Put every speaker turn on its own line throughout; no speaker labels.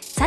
さ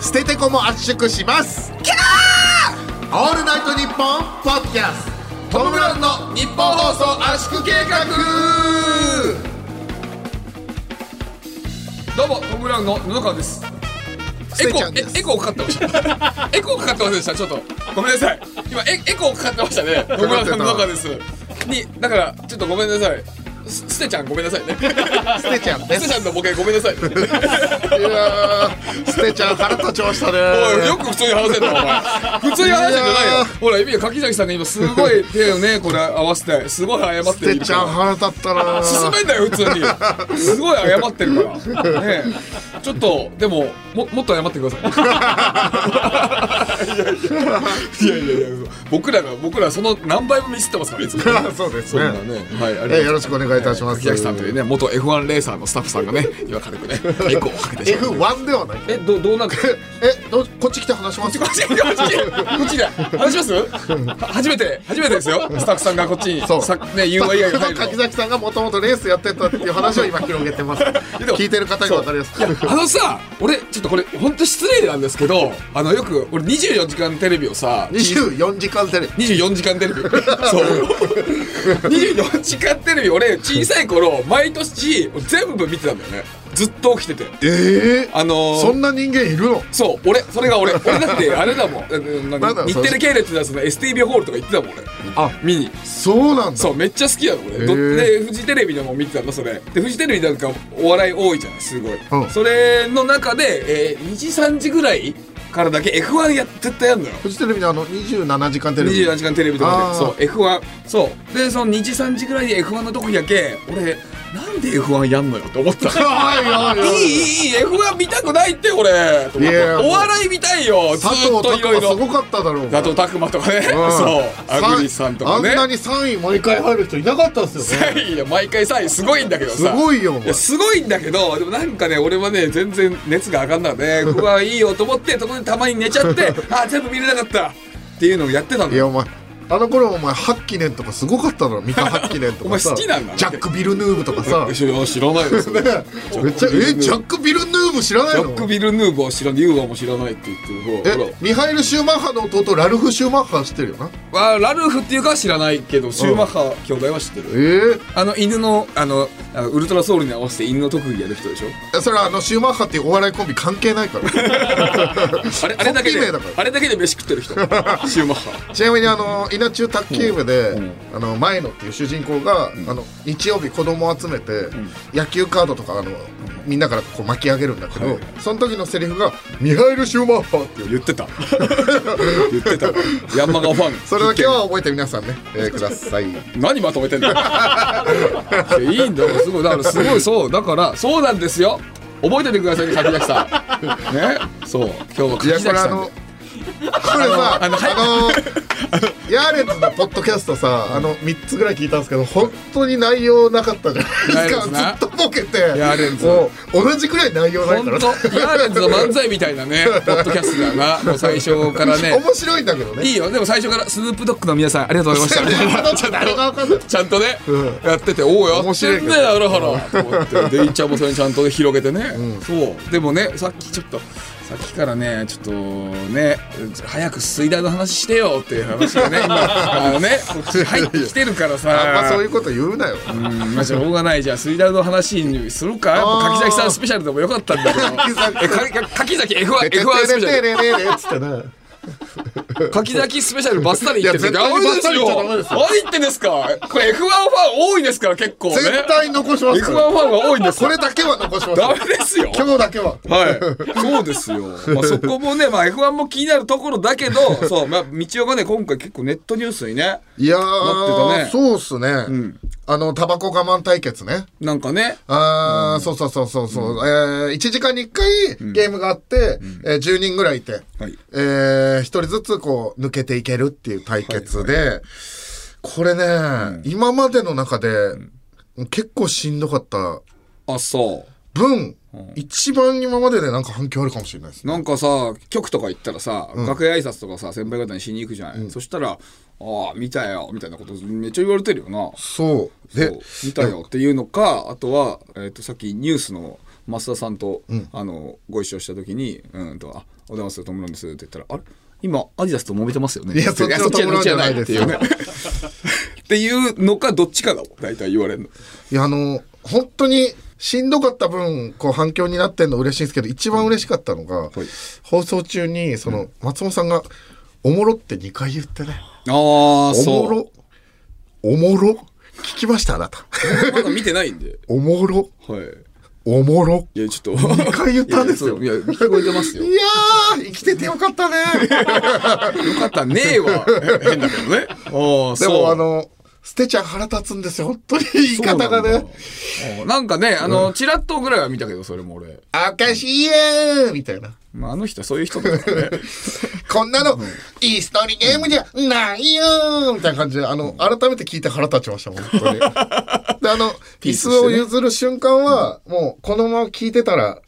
捨ててこも圧縮しますキャーオールナイトニッポンポッドキャストトム・ブラウンの日本放送圧縮計画
どうもトム・ブラウンの布川ですエ
捨て
コ
ち
ー
ゃうんです
えエコーかかってました エコーかかってませんでしたちょっとごめんなさい今エエコーかかってましたねトム・ブラウンの布川ですにだからちょっとごめんなさいす捨てちゃんごめんなさいね
捨てちゃんで
捨てちゃ
す
んのボケごめん なさいお
いやー捨てちゃん腹立ちましたね
いよく普通に話せんなお前普通に話せん
い
じゃない
や
よ
ー
ほら今柿崎さんが今すごい手をねこれ合わせてすごい謝っている
捨てちゃん腹立った な
進めんだよ普通にすごい謝ってるからねえちょっとでもももっと謝ってくださいいやいやいやいやいやいや僕らが僕らその何倍もミスってますからいつも
そうです
そんな
ね
ねはいあ
えよろしくお願いいたします
木崎さんというね元 F1 レーサーのスタッフさんがね今軽くねエコーをかけてしまう
F1 ではない
えどどうなんか
えどうこっち来て話しま
こっち
す
こっちこっちこっちで話しますは初めて初めてですよスタッフさんがこっちに
そう
さね UI が 入るの
柿崎さんがもともとレースやってたっていう話を今広げてます
でも
聞いてる方に分かりやすく
いやあのさ俺ちょっとこれ本当失礼なんですけどあのよく俺『24時間テレビ』をさ
24時間テレビ
24時間テレビそう24時間テレビ俺小さい頃毎年全部見てたんだよねずっと起きてて
ええ
あのー
そんな人間いるの
そう俺それが俺俺だってあれだもんなん
なんだ
か
ろう
日テレ系列のやつの STB ホールとか行ってたもん俺
あ
見に
そうなんだ
そうめっちゃ好きなの俺ど
へー
でフジテレビでも見てたのそれでフジテレビなんかお笑い多いじゃないすごい、
うん
それの中で、えー、2時3時ぐらいからだけ F1 や絶対やんのよ
フジテレビのあの27時間テレビ
27時間テレビと
あ
か
ー
でそう F1 そうでその2時3時ぐらいで F1 の時だけ俺なんで F1 やんのよって思ってた
はい
い
はいいはい
いいい F1 見たくないって俺と思っ
い
て
や
お笑い見たいよず
佐
ー
藤
っといろ
拓
い
磨す
ろ
ごかっただろう
佐藤拓磨とかね、
うん
そうアグリスさんとかね
あんなに3位毎回入る人いなかったんですよね
いや毎回3位すごいんだけどさ
すごいよお前
いやすごいんだけどでもなんかね俺はね全然熱が上がんなく て不安いいよと思ってそこにたまに寝ちゃってあ全部見れなかったっていうのをやってたの
いやお前あの頃お前ハッキネンとかすごかっただろミカハッキネンとかさ
お前好きなんだね
ジャック・ビルヌーブとかさ
知ら知らないですね
めっちゃえジャック・ビルヌーブ知らない
ジ
の
ャック・ビル・ヌーボー知らないユーゴも知らないって言ってるほら
えミハイル・シューマッハの弟ラルフ・シューマッハ知ってるよな
ほらわラルフっていうかは知らないけどシューマッハ兄弟は知ってる
え
あの犬のあのあのウルトラソウルに合わせて犬の特技やる人でしょ
えそれはあのシューマッハっていうお笑いコンビ関係ないから
あれあれだけ
コンビ名
で
だから
あれだけで飯食 ってる人シューマッハ
ちなみにあの稲中卓球部で、あの前野っていう主人公が、あの日曜日子供を集めて、野球カードとかあのみんなからこう巻き上げるんだけど、その時のセリフが「ミハイル・シューマッハ」っていう
言っ てた言ってたヤンマガファン
それだけは覚えて皆さんね、えーください
何まとめてんだよいやいいんだよすごいだからすごいそうだからそうなんですよ覚えててくださいね柿崎さ んねそう今日は柿
いや
崎
これ
さ
あ
ん
のこ
で
れさあ
あ
の
の
ヤーレンズのポッドキャストさあの3つぐらい聞いたんですけど本当に内容なかったじゃないです
ない
かず
で
っとボケて
ヤーレンズ
もう同じくらい内容ないか
本当
ら
ヤーレンズの漫才みたいな ねポッドキャストだなもう最初から ね
面白いんだけど
い
ね
いよでも最初からスヌープドッグの皆さんありがとうございました みたいな
誰がわかんない
ちゃんとね、
う
やってておおや
面
っ
白い
て
け
ん
ど
ねなるほどと思ってでいちゃんもそれにちゃんと広げてね、そうでもねさっきちょっとさっきからねちょっとね早く水大の話してよっていう話がね今あのねこっちに入ってきてるからさ
あんまそういうこと言うなよ
うんまあしょうがないじゃあ水大の話にするかやっぱ柿崎さんスペシャルでもよかったんだけど
柿崎
えかか柿崎 F1
てて
F1 スペ
て
シャル
れれれれっつってね
柿崎スペシャルバッサリ言ってるん
いや絶対に
やばい
バッサリ言っちゃダ
ですよ
メ
何言ってんですかこれ F1 ファン多いですから結構ね
絶対残します
F1
か
フ
ら
ァンが多いんです
これだけは残します
ダメですよ
今日だけは
はい、そうですよ、まあ、そこもね、まあ、F1 も気になるところだけど、 そうまあ、道夫がね、今回、結構ネットニュースにね、
いや
なってた
ー
ね
そうっすね
ん
あのタバコ我慢対決ね
なんかね、
あーそうそうそうそうそうえー1時間に1回ゲームがあってえー10人ぐらいいて
はい、
えー、一人ずつこう抜けていけるっていう対決で、これね、今までの中で、結構しんどかった
あそ
分、一番今まででなんか反響あるかもしれないです
う、
ね。
なんかさ、局とか行ったらさ、楽屋挨拶とかさ、先輩方にしに行くじゃない、そしたら、ああ、見たよみたいなこと、めっちゃ言われてるよな、
そう。
そ
で
う、見たよっていうのか、あとは、えっとさっきニュースの増田さんと、あのご一緒したときに、うんと、あおはようございます、トムランですって言ったら、あれ今、アディダスと揉めてますよね。
いやそっちの
っち
トムランじゃない
っ
で
て
す
いう
よ
ね。 っていうのか、どっちかだもん、大体言われるの。
いや、あの、本当にしんどかった分、こう反響になってんの嬉しいんですけど、一番嬉しかったのが、放送中に、その、松本さんが、おもろって2回言ってね、
ああ、
おも
そう。
ろ、おもろ、聞きました、あ なた。
まだ見てないんで。
おもろ、
はい。
おもろ。
いや、ちょっと。2
回言ったんですよ
いや、そういや聞こえてますよ。
い
よ
やー、生きててよかったね。
かったねえわ。変だけどね。あ
で
あ、そう。
も、あの、ステちゃん腹立つんですよ。本当に言い方がね。
そうなんだ。ああなんかね、あの、チラッとぐらいは見たけど、それも俺。
あかしいやーみたいな。
まあ、あの人はそういう人だからね。
こんなの、いいストーリーゲームじゃないよーみたいな感じで、あの、改めて聞いて腹立ちました、本 当に。で、あの、
ピー
椅
ス
子
してね
を譲る瞬間は、もう、このまま聞いてたら、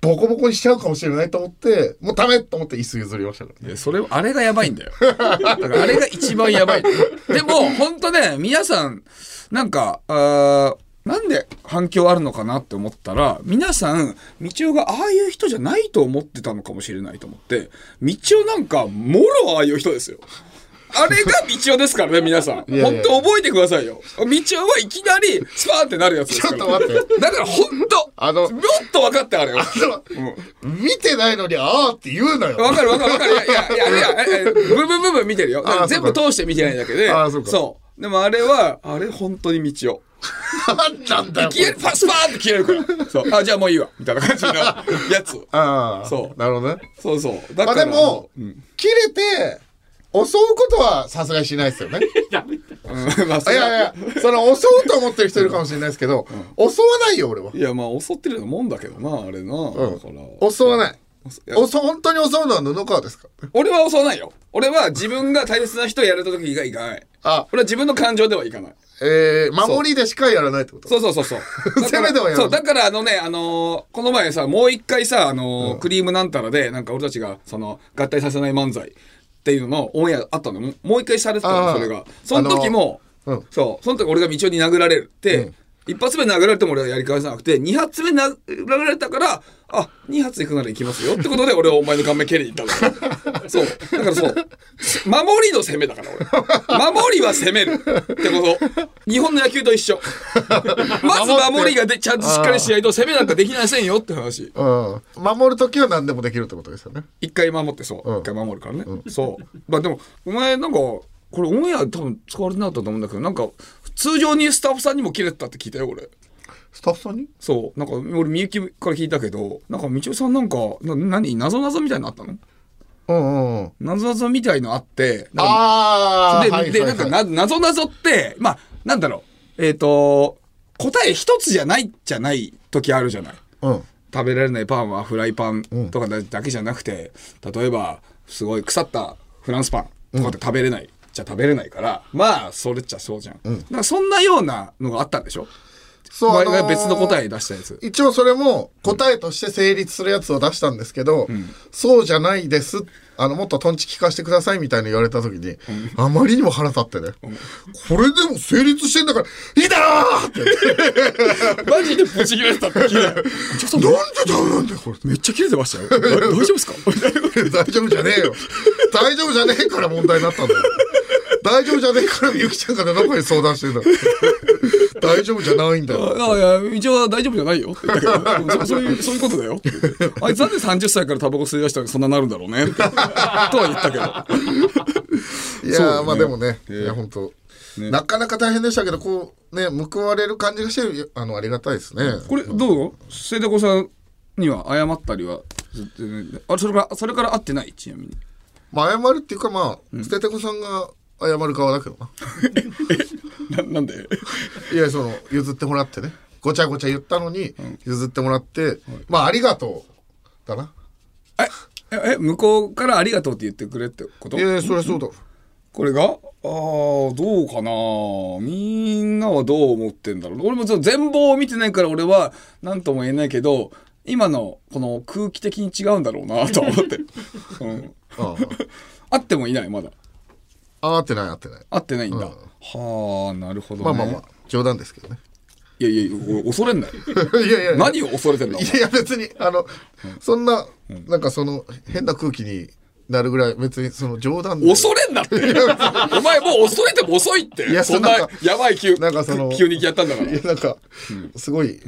ボコボコにしちゃうかもしれないと思って、もうダメと思って椅子譲りましたからね。
いやそれあれがやばいんだよだからあれが一番やばいでも本当ね皆さんなんかあーなんで反響あるのかなって思ったら皆さん道夫がああいう人じゃないと思ってたのかもしれないと思って道夫なんかもろああいう人ですよあれが道夫ですからね皆さん
いやい
本
や
当覚えてくださいよ道夫はいきなりスパーンってなるやつですから
ちょっと待って
だから本当
あの
もっと分かってあれよ
見てないのに、あーって言うなよ。
わかるわかるわかる。いやいやいやいやいや、部分部分見てるよ。だから
あーそ
全
う
部
か
通して見てないだけで。
あーそうか
うでもあれは、あれ本当に道を。
なんなんだよ。
消える、パスパーンって消えるから。そう。あ、じゃあもういいわ。みたいな感じのやつ。
ああ、
そう
なるほどね。
そうそう。だ
ま
か
あで
ら。
も、
うん
切れて、襲うことはさすがにしないですよね。い
うんまあ、そ
やい
れは
やいや、その襲うと思ってる人いるかもしれないですけど、襲わないよ、俺は。
いや、まあ、襲ってるようなもんだけどな、あれな。だから。
襲わない。
いや
襲本当に襲うのは布川ですか
俺は襲わないよ。俺は自分が大切な人をやるときがいかない。
あ、
俺は自分の感情ではいかない。
えー、守りでしかやらないってこと
そうそう そうそう。だか
攻
ら
めてはやる
そう、だからあのね、あのーこの前さ、もう一回さ、あのークリームなんたらで、なんか俺たちが、その、合体させない漫才っていうののオンエアあったのもうもう一回されてた
あ
の、
あ
それが。その時も、
あのうん
そう、その時俺が道夫に殴られて、一発目殴られても俺はやり返さなくて、二発目殴られたから、あ、二発行くなら行きますよってことで俺はお前の顔面蹴りに行った の。そう。だからそう。守りの攻めだから俺。守りは攻めるってこと。日本の野球と 一緒。まず守りがでちゃんとしっかりしないと攻めなんかできませんよって話。
うん。守るときは何でもできるってことですよね。
一回守ってそう。一、
うん
回守るからね。そう。まあでも、お前なんか、これオンエア多分使われてなかったと思うんだけど、なんか、通常にスタッフさんにも切れてたって聞いたよ、俺。
スタッフさんに
そう。なんか、俺、みゆきから聞いたけど、なんか、みちおさんなんか、な、何謎謎みたいなのあったの
うんうんうん。
謎謎みたいのあって、なんか
ああ、
で、
はい
で、
は
ないんか
はい
な、謎謎って、まあ、なんだろう。えっ、と、答え一つじゃないじゃない時あるじゃない。
うん。
食べられないパンはフライパンとかだだけじゃなくて、例えばすごい腐ったフランスパンとかって食べれない、じゃ食べれないからまあそれっちゃそうじゃん、なんかそんなようなのがあったんでしょ
そう、
お前
あ
が
のー
別の答え出したやつ
一応それも答えとして成立するやつを出したんですけど、そうじゃないですあのもっとトンチ聞かせてくださいみたいに言われた時に、あまりにも腹立ってね、これでも成立してんだからいいだろうって
マジでブチ切れてたって聞いたよ ちょっと
な
め
んでダメなんだよこれ
めっちゃ切れてましたよだ大丈夫ですか
大丈夫じゃねえよ大丈夫じゃねえから問題になったんだよ大丈夫じゃねえからみゆきちゃんからどこに相談してんだよ大丈夫じゃないんだ
だ
よ
から一応大丈夫じゃ ないよって言ったけどそそういうそういうことだよって言ってあいつなんで30歳からタバコ吸い出したらそんななるんだろうねってとは言ったけ
い
どそう
や
だ
ー
ね
まあでもね、
ええ
いや本当、
ね
なかなか大変でしたけどこうね報われる感じがしてあのありがたいですね
これどう聖子さんには謝ったりは全然あそれからそれから会ってないちなみに
まあ謝るっていうかまあ捨ててこさんが謝る側だけどな
ななんで
いやその譲ってもらってねごちゃごちゃ言ったのに譲ってもらって、まあありがとうだな
え ええ向こうからありがとうって言ってくれってこと
いやいやそりゃそうだろ
これがあーどうかなみんなはどう思ってんだろう俺もちょっと全貌を見てないから俺は何とも言えないけど今のこの空気的に違うんだろ うなと思って、うん、
あ
会ってもいないまだ
ああーってないあってない
会ってないんだ、
うん
はあなるほど、ね、
まあまあまあ冗談ですけどね
いやいや俺恐れんない
いやいやいや
何を恐れてんだお
い
前
や別にあのそんななんかその変な空気になるぐらい別にその冗談で
恐れん なってお前もう恐れても遅いって
いや
そんな
なんか
やばい急
なんかその
急にやったんだから
いやなんか、すごい、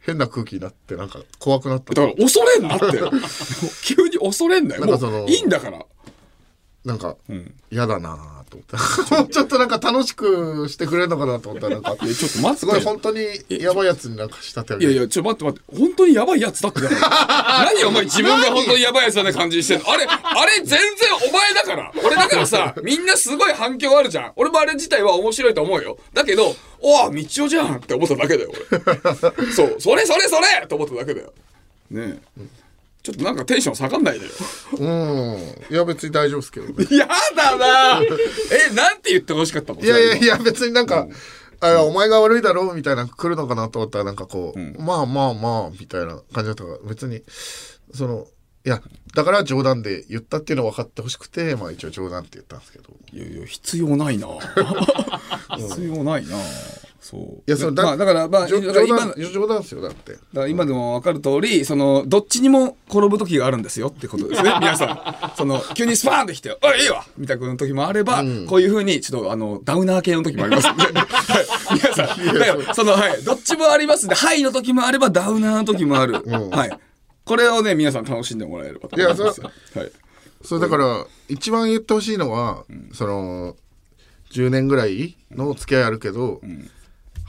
変な空気になってなんか怖くなった
だから恐れ んなって急に恐れんなよ
なんかその
もういいんだから
なんか嫌、だなぁと思ったもう ちょっとなんか楽しくしてくれるのかなと思ったらなんか
いやちょっと待って
すごい本当にやばいやつになんか仕立て上
い
げ
や
る
いや、ちょ、待って待って。本当にやばいやつだって だから。何お前自分が本当にやばいやつだね感じにしてんの。あれ、あれ全然お前だから。俺だから さ、みんなすごい反響あるじゃん。俺もあれ自体は面白いと思うよ。だけど、おあ、道夫じゃんって思っただけだよ、 俺。そう、それそれそれと思っただけだよ。ねえ。ちょっとなんかテンション下がんないで よ。
うんいや別に大丈夫ですけどね
やだな え、なんて言ってほしかったの
いやいやいや別になんか、あお前が悪いだろうみたいな来るのかなと思ったらなんかこう、まあまあまあみたいな感じだったから別にそのいやだから冗談で言ったっていうのは分かってほしくてまあ一応冗談って言ったんですけど
いやいや必要ない な必要ないなそうい
やそれだ
まあ、だからまあ
じょ
だか
冗
ら今
談
のだか
冗談ですよだって
ら今でも分かる通りそのどっちにも転ぶ時があるんですよってことですね皆さんその急にスパーンってきて「おいいいわ!」みたいな時もあれば、こういうふうにちょっとあのダウナー系の時もありますんではい皆さんだからその、はい、どっちもありますんで「はい」の時もあればダウナーの時もある、はい、これをね皆さん楽しんでもらえればと思います
いやそれ
はい、
それだから一番言ってほしいのは、その10年ぐらいの付き合いあるけど、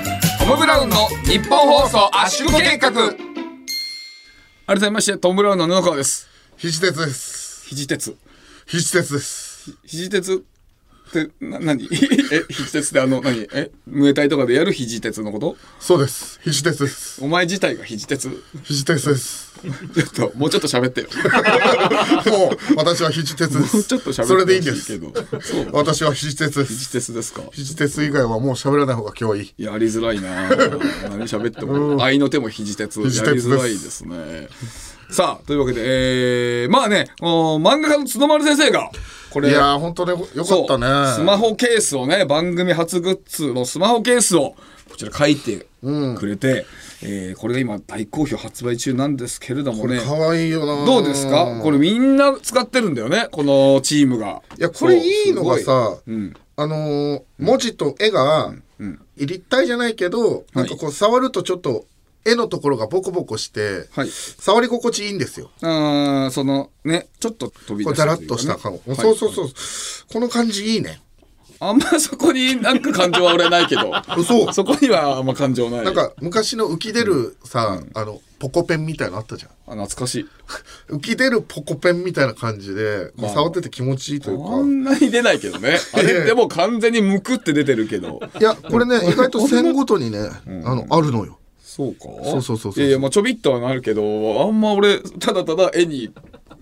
トム・ブラウンの日本放送圧縮計画改めましてトム・ブラウンの布川です
肘鉄です
肘鉄
肘鉄です
肘鉄ってな何 え肘鉄ってあの何えムエタイとかでやる肘鉄のこと
そうです肘鉄です
お前自体が肘鉄
肘鉄です
ちょっともう ちょっと喋ってよ
もう私は肘鉄で
もう
す
ちょっと喋って
それでいいんです
けどそう
私は肘鉄です
肘鉄ですか
肘鉄以外はもう喋らない方が今日いい
やりづらいなぁ 何喋っても愛の手も肘鉄やり
肘鉄です
づらいですねさあというわけで、えー、まあねお漫画家の角丸先生がこれ
いやー本当ねよか
そう
ったね
スマホケースをね番組初グッズのスマホケースをこちら書いてくれて、えーこれが今大好評発売中なんですけれどもね
可愛いよな
どうですかこれみんな使ってるんだよねこのチームが
いやこれいいのが
そう
さ、あのー文字と絵が立体じゃないけど、なんかこう触るとちょっと絵のところがボコボコして、
はい
触り心地いいんですよ。
すごいあーそのねちょっと飛び
こう
出し
だ
た
らっ
というか
とした顔、
ね
そうそ
は
うそう、この感じいいね。
いあんまそこになんか感情は俺ないけど
嘘
そこにはあんま感情ない
なんか昔の浮き出るさ、あのポコペンみたいなのあったじゃん。
あ懐かしい
浮き出るポコペンみたいな感じで、こう触ってて気持ちいいというか。
あんなに出ないけどねあれでも完全にむくって出てるけど
いやこれね意外と線ごとにね、あのあるのよ。
そうか
そうそうそうそう
いやいやまあちょびっとはなるけどあんま俺ただただ絵に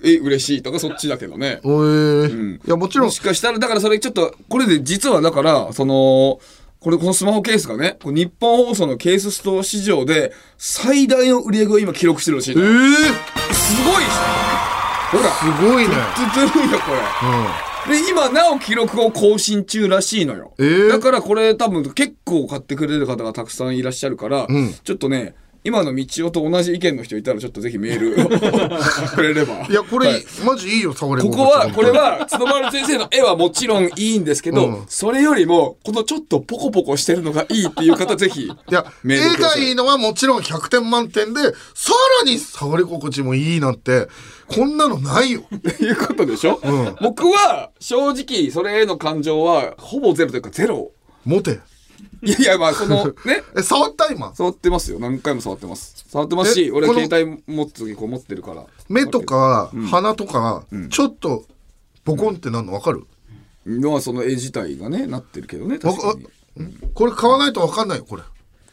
え嬉しいとかそっちだけどね
おえーいやもちろん
もしかしたらだからそれちょっとこれで実はだからそのこれこのスマホケースがねこう日本放送のケースストア市場で最大の売り上げを今記録してるらしいの
え
よ
ー、
すごいっしょほら
すごいね。
ずずるいよこれ。で今なお記録を更新中らしいのよ、
えー
だからこれ多分結構買ってくれる方がたくさんいらっしゃるから、ちょっとね今の道夫と同じ意見の人いたらちょっとぜひメール をくれれば
いやこれ、
は
マジいいよ触れ
こ
心地
こはこれは角丸先生の絵はもちろんいいんですけど、
うん
それよりもこのちょっとポコポコしてるのがいいっていう方ぜひ
いや
メール
絵
くだ
が
さい
いいのはもちろん100点満点でさらに触り心地もいいなんてこんなのないよ。
っていうことでしょ、僕は正直それへの感情はほぼゼロというかゼロ
モテ。
いやいやまあそのね
え触った今。
触ってますよ何回も触ってます触ってますし
え
俺
この
携帯持つ時こう持ってるから
目とか鼻とか、ちょっとボコンってなるのわかる、
のはその絵自体がねなってるけどね
わ
確かに
あんこれ買わないとわかんないよこれ。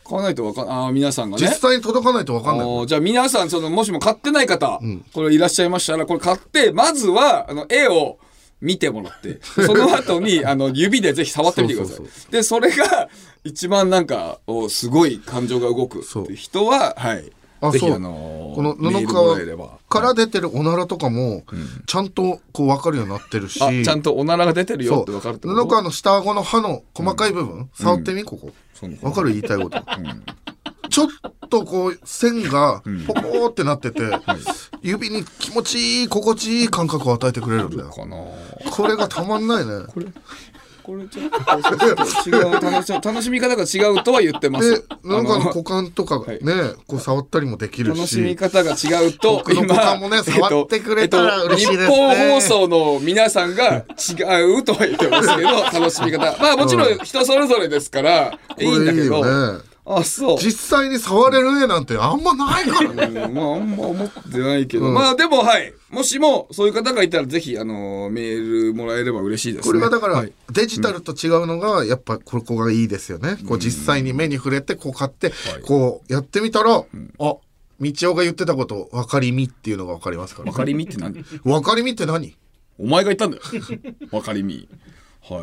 買わないとわかんああ皆さんがね
実際に届かないとわかんない。
あーじゃあ皆さんそのもしも買ってない方、これいらっしゃいましたらこれ買ってまずはあの絵を見ても らってその後にあの指でぜひ触ってみてください
そうそう
でそれが一番なんかおすごい感情が動くって
そう
いう人ははい
あ
ぜひ
そう
あのー
この
メー
布
ルもらえれば
川から出てるおならとかもちゃんとこう分かるようになってるし、
あちゃんとおならが出てるよ
そ
って分
う
かるってこと
布川の下顎の歯の細かい部分、触ってみここ
そうね
分かる言いたいこと、ちょっとこう線がポコーってなってて、指に気持ちいい心地いい感覚を与えてくれるんだよ
かな
これがたまんないね
これちょっと違う楽し楽しみ方が違うとは言ってま。
です布川の
あの
股間とかね、こう触ったりもできる
楽しみ
し
方が違うと
僕の股間もね触ってくれたら嬉しいですね
日本放送の皆さんが違うとは言ってます けど楽しみ方まあもちろん人それぞれですからいいんだけ
これいい
ど
よね
あそう
実際に触れる絵なんてあんまない からね
うんまああんま思ってないけど、まあでもはいもしもそういう方がいたらぜひあのメールもらえれば嬉しいですね
これがだから
はい
デジタルと違うのがやっぱここがいいですよね。こう実際に目に触れてこう買ってこうやってみたら、あ道夫が言ってたこと分かりみっていうのが分かりますから、
わかりみって何
分かりみって何
お前が言ったんだよ。わかりみ。はい。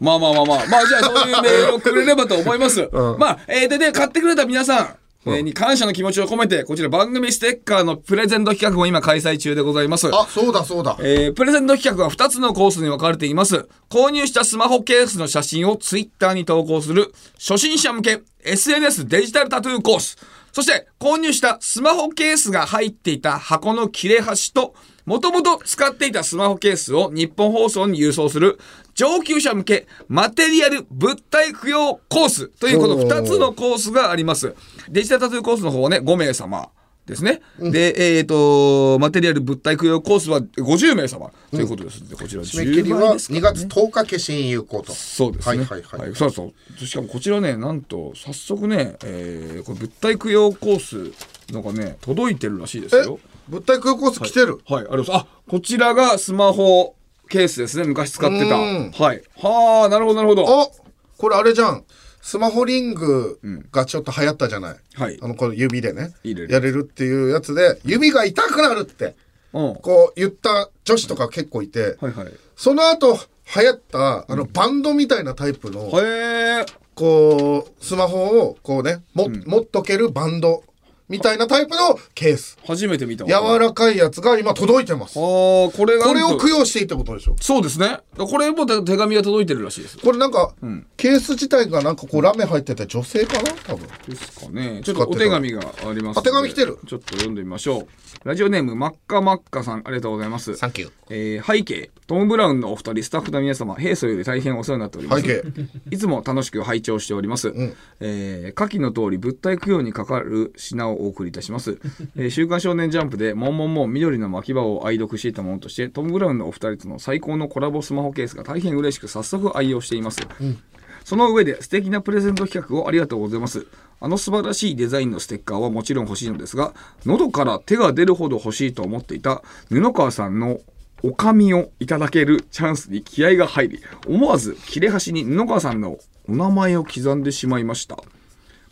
まあまあまあまあ。まあじゃあそういうメールをくれればと思います。まあ、えーで、で、買ってくれた皆さん。えーに感謝の気持ちを込めて、こちら番組ステッカーのプレゼント企画も今開催中でございます。
あそうだそうだ
えープレゼント企画は2つのコースに分かれています。購入したスマホケースの写真をツイッターに投稿する初心者向け SNS デジタルタトゥーコース。そして購入したスマホケースが入っていた箱の切れ端と、もともと使っていたスマホケースを日本放送に郵送する上級者向けマテリアル物体供養コースというこの2つのコースがあります。デジタルタトゥーコースの方はね、5名様。ですね。で、えっ、と、マテリアル物体供養コースは50名様ということですので、こちら
締め切り
10倍
は
です
2
か、ね。
月10日消しに有効と
そうです
は
ね。
いはいはい
そうそう。しかもこちらね、なんと、早速ね、えーこれ物体供養コースのがね、届いてるらしいです
え
よ。
物体空港ス来てる、
はい、ありがとうございます。あ、こちらがスマホケースですね。昔使ってた。
うん
はい。はあ、なるほど、なるほど。
あこれあれじゃんスマホリングがちょっと流行ったじゃない、
はい
あのこの指でね
入れる
やれるっていうやつで指が痛くなるって
うん。は
こう言った女子とか結構いて、
いはい。
その後流行ったあのバンドみたいなタイプの、
へえ。
こうスマホをこうねも、持っとけるバンドみたいなタイプのケース
初めて見たわ。
柔
あ
らかいやつが今届いてますこ
あ、これが。
れを供養していいってことでしょ
そうですね。これも手手紙が届いてるらしいです。
これなんか、ケース自体がなんかこうラメ入ってて女性かな多分
ですかね。ちょっとお手紙がありますので。
あ手紙来てる
ちょっと読んでみましょう。ラジオネーム、マッカマッカさん、ありがとうございます。
サンキュー
えー背景、トム・ブラウンのお二人、スタッフの皆様、平素より大変お世話になっております。
背景
いつも楽しく拝聴しております。えー下記の通り、物体供養にかかる品をお送りいたします。えー週刊少年ジャンプで、もんもんもん緑の巻き場を愛読していたものとして、トム・ブラウンのお二人との最高のコラボスマホケースが大変嬉しく、早速愛用しています。その上で素敵なプレゼント企画をありがとうございます。あの素晴らしいデザインのステッカーはもちろん欲しいのですが、喉から手が出るほど欲しいと思っていた布川さんのおかみをいただけるチャンスに気合が入り、思わず切れ端に布川さんのお名前を刻んでしまいました。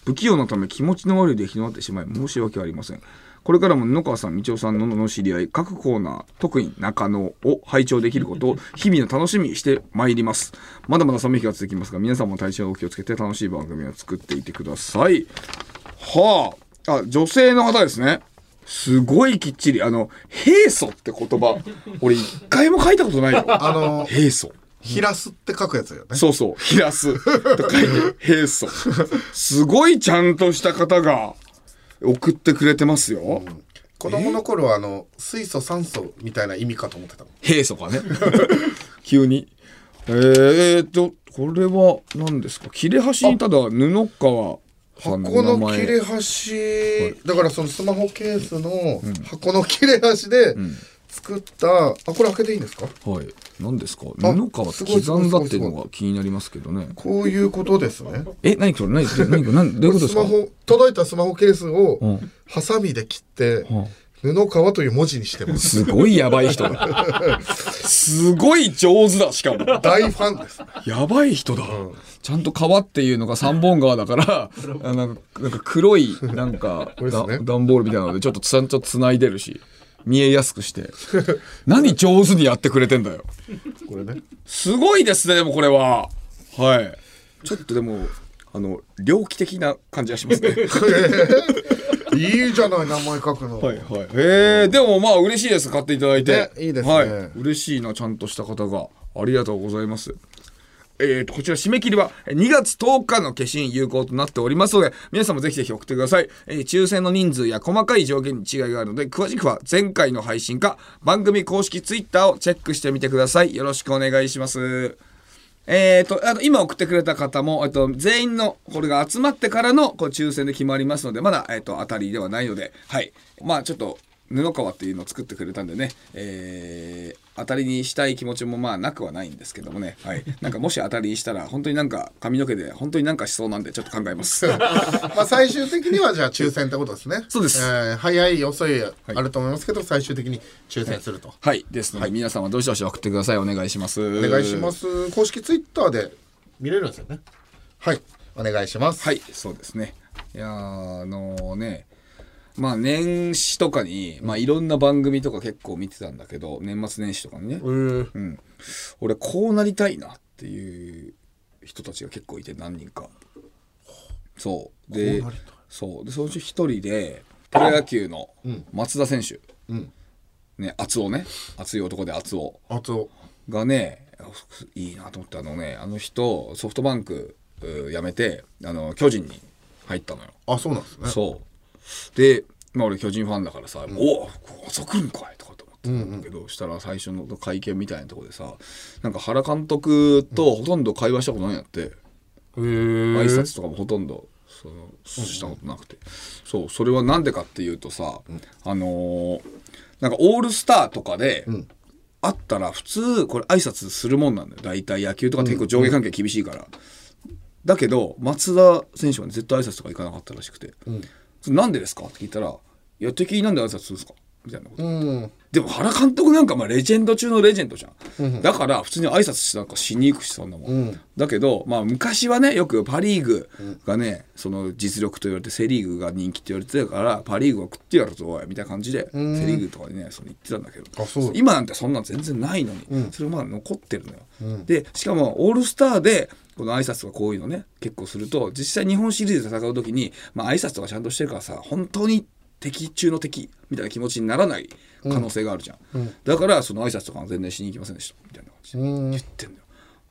不器用なため気持ちの悪い出来となってしまい申し訳ありません。これからも布川さん、道夫さんのの知り合い、各コーナー、特に中野を拝聴できることを日々の楽しみにしてまいります。まだまだ寒い日が続きますが、皆さんも体調をお気をつけて楽しい番組を作っていってください。はあ、あ、女性の方ですね。すごいきっちり。あの、平素って言葉、俺一回も書いたことないよ。
あの
平素。
ひらすって書くやつだよね
そうそう、ひら す。と書いて、平素。すごいちゃんとした方が送ってくれてますよ。
子供の頃はあの水素酸素みたいな意味かと思ってたの
平素 がね。急に。えーと、これは何ですか切れ端にただ布川さん
箱
の名
の
前。
切れ端だからそのスマホケースの箱の切れ端で作った、あこれ開けていいんですか
はい。何ですか
あ
布川って刻んだっていうのが気になりますけどね。
こういうことですね
え、何それ何それ何これ何どういうことで
ス
す
マ
か
ホ届いたスマホケース
う
を
ん
ハサミで切って
ん
「布川」という文字にしてます
すごいやばい人だ。 すごい上手だ、しかも。
大ファンです
やばい人だ、ちゃんと川っていうのが三本川だ から、あなんかなんか黒い、なんか、
れです
だ
ね
段ボールみたいなので、ちょっとちゃんと繋いでるし、見えやすくして。何上手にやってくれてんだよ。
これね
すごいですね、でもこれは。はい。ちょっとでも、あの、猟奇的な感じがします ね。
いいじゃない名前書くの、
はいはい。ええでもまあ嬉しいです。買っていただいて。
ねいいですね
はい。嬉しいな、ちゃんとした方が。ありがとうございます。えー、とこちら締め切りはえー2月10日の消印有効となっておりますので皆さんもぜひぜひ送ってください、えー抽選の人数や細かい条件に違いがあるので詳しくは前回の配信か番組公式ツイッターをチェックしてみてくださいよろしくお願いしますえー、とあと今送ってくれた方も、えっと、全員のこれが集まってからのこう抽選で決まりますのでまだ、えっと、当たりではないので、はい、まあちょっと布川っていうのを作ってくれたんでね、えー当たりにしたい気持ちもまあなくはないんですけどもね、はい、 なんかもし当たりにしたら本当になんか髪の毛で本当になんかしそうなんでちょっと考 えます。
まあ最終的にはじゃあ抽選ってことですね
そうです
えー早い遅いあると思いますけど、最終的に抽選すると、
はい、ですので、皆さんはどしどし送ってくださいお願いします。。
お願いしますす公式ツイッターで見れるんですよねはいお願いします
はい、そうですね。いやーあのね、まあ年始とかに、まあいろんな番組とか結構見てたんだけど、年末年始とかにね、うん。俺こうなりたいなっていう人たちが結構いて何人か。そう。で、そう。で、そのうち一人で、プロ野球の松田選手。
うん
ね、熱男ね。熱い男で熱男。
あと
がねいいなと思ってあのねあの人ソフトバンクう辞めてあの巨人に入ったのよ、
あそうなんですね
そうで、まあ、俺巨人ファンだからさ「おお朝来るんかい」とかと思ってたんだけど、したら最初の会見みたいなとこでさなんか原監督とほとんど会話したことないんやって、
へ
挨
ー
拶とかもほとんどそのしたことなくて、そうそれはなんでかっていうとさ、あのーなんかオールスターとかで、あったら普通これ挨拶するもんなんだよ大体野球とか結構上下関係厳しいから、だけど松田選手は絶対挨拶とか行かなかったらしくて「それなんでですか?」って聞いたら「いや敵なんで挨拶するんですか?」みたいなこと、
うん
でも原監督なんかまあレジェンド中のレジェンドじゃん、だから普通に挨拶しなんかしに行くしそんなもん、だけど、まあ、昔はねよくパ・リーグがねその実力と言われてセ・リーグが人気って言われてたからパ・リーグは食ってやるぞおいみたいな感じでセ・リーグとかにねその言ってたんだけど
あそう
今なんてそんなん全然ないのに、それまだ残ってるのよ、でしかもオールスターでこの挨拶とかこういうのね結構すると実際日本シリーズで戦う時に、まあ挨拶とかちゃんとしてるからさ本当に敵中の敵みたいな気持ちにならない可能性があるじゃん、だからその挨拶とかは全然しに行きませんでしたみたいな感じで言ってんだよ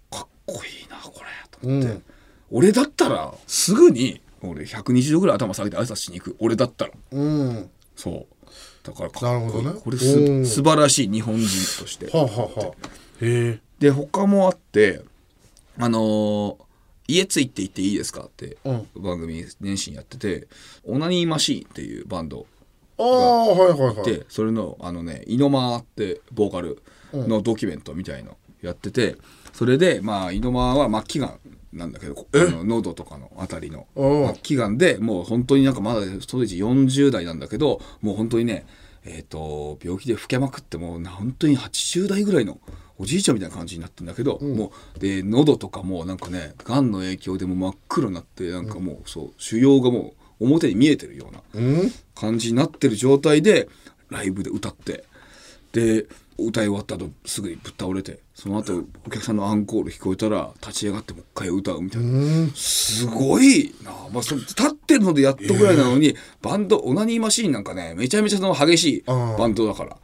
かっこいいなこれと思って、俺だったらすぐに俺120度ぐらい頭下げて挨拶しに行く俺だったら
うん
そうだからかっこいい
なるほどね
これ
うん
す素晴らしい日本人として
はあはあはあへえ
で他もあってあのー家ついて行っていいですか?」って
ん
番組年始にやってて「オナニーマシーン」っていうバンド
ああはいはいはい
でそれのあのね「イノマー」ってボーカルのドキュメントみたいのやっててそれでまあイノマーは末期がんなんだけどこあの喉とかのあたりの
おう
末期がんでもう本当になんかまだ当時40代なんだけどもう本当にねえー、と病気で老けまくってもう本当に80代ぐらいのおじいちゃんみたいな感じになってんだけど、もうで喉とかもなんかねがんの影響でもう真っ黒になってなんかもう、そう腫瘍がもう表に見えてるような
うん
感じになってる状態でライブで歌ってで歌い終わった後すぐにぶっ倒れてその後お客さんのアンコール聞こえたら立ち上がってもう一回歌うみたいな、すごいなあ、まあ、その立ってるのでやっとぐらいなのに、バンドオナニーマシーンなんかねめちゃめちゃその激しい
あー
バンドだから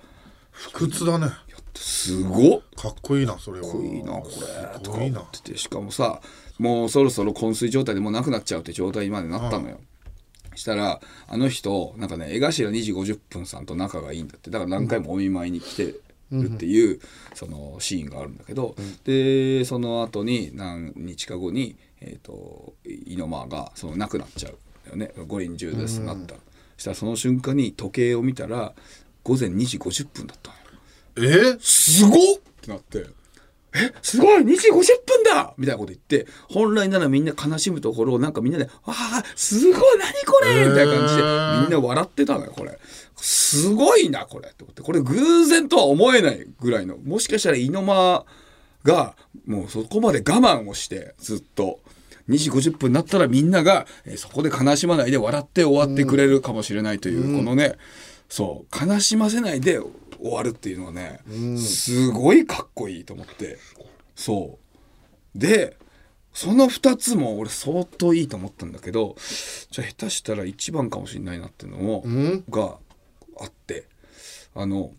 不屈だね
すごっ
かっこいいなそれはかっ
いいなこれ
す
とか
ごい
思
な
っててしかもさもうそろそろ昏睡状態でもうなくなっちゃうって状態にまでなったのよ、したらあの人なんかね江頭2時50分さんと仲がいいんだってだから何回もお見舞いに来てるっていう、そのシーンがあるんだけど、でその後に何日か後に、えー、とイノマーがその亡くなっちゃうんだよね五輪中ですなった、したらその瞬間に時計を見たら午前2時50分だったのよ
え
すごっってなって、え、すごい !2 時50分だみたいなこと言って、本来ならみんな悲しむところをなんかみんなで、ああ、すごい何これみたいな感じで
へー、
みんな笑ってたのよ、これ。すごいな、これって思って。これ偶然とは思えないぐらいの。もしかしたら猪間が、もうそこまで我慢をして、ずっと。2時50分になったらみんなが、えーそこで悲しまないで笑って終わってくれるかもしれないという、このね、そう、悲しませないで終わるっていうのはね、すごいかっこいいと思って。そう。で、その2つも俺相当いいと思ったんだけど、じゃあ下手したら1番かもしれないなっていうのも、があって、あの、